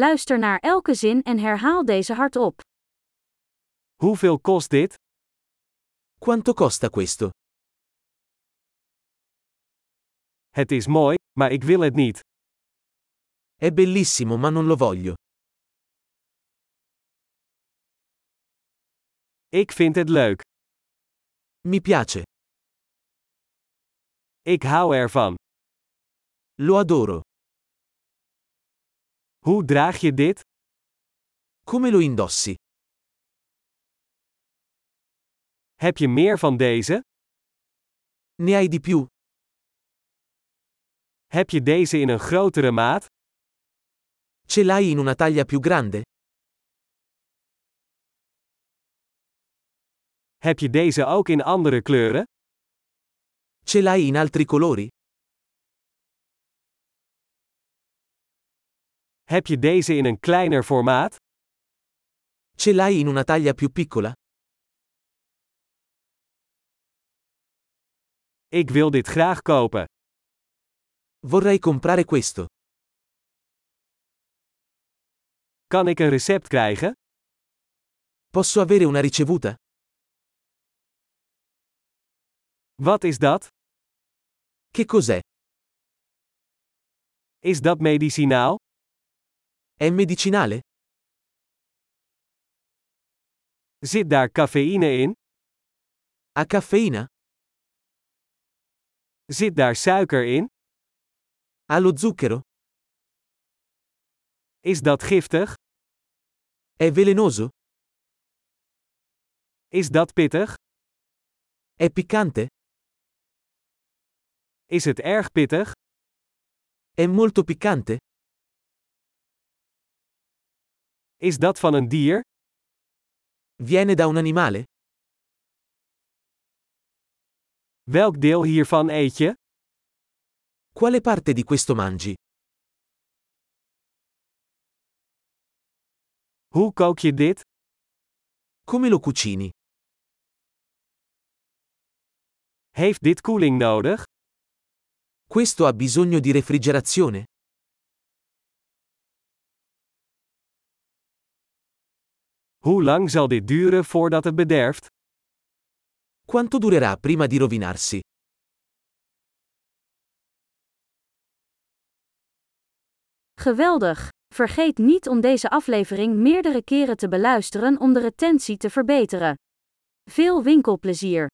Luister naar elke zin en herhaal deze hardop. Hoeveel kost dit? Quanto costa questo? Het is mooi, maar ik wil het niet. È bellissimo ma non lo voglio. Ik vind het leuk. Mi piace. Ik hou ervan. Lo adoro. Hoe draag je dit? Come lo indossi? Heb je meer van deze? Ne hai di più? Heb je deze in een grotere maat? Ce l'hai in una taglia più grande? Heb je deze ook in andere kleuren? Ce l'hai in altri colori? Heb je deze in een kleiner formaat? Ce l'hai in una taglia più piccola? Ik wil dit graag kopen. Vorrei comprare questo. Kan ik een recept krijgen? Posso avere una ricevuta? Wat is dat? Che cos'è? Is dat medicinaal? È medicinale? Zit daar cafeïne in? Ha caffeina? Zit daar suiker in? Ha lo zucchero? Is dat giftig? È velenoso? Is dat pittig? È piccante? Is het erg pittig? È molto piccante? Is dat van een dier? Viene da un animale? Welk deel hiervan eet je? Quale parte di questo mangi? Hoe kook je dit? Come lo cucini? Heeft dit koeling nodig? Questo ha bisogno di refrigerazione? Hoe lang zal dit duren voordat het bederft? Quanto durerà prima di rovinarsi? Geweldig! Vergeet niet om deze aflevering meerdere keren te beluisteren om de retentie te verbeteren. Veel winkelplezier!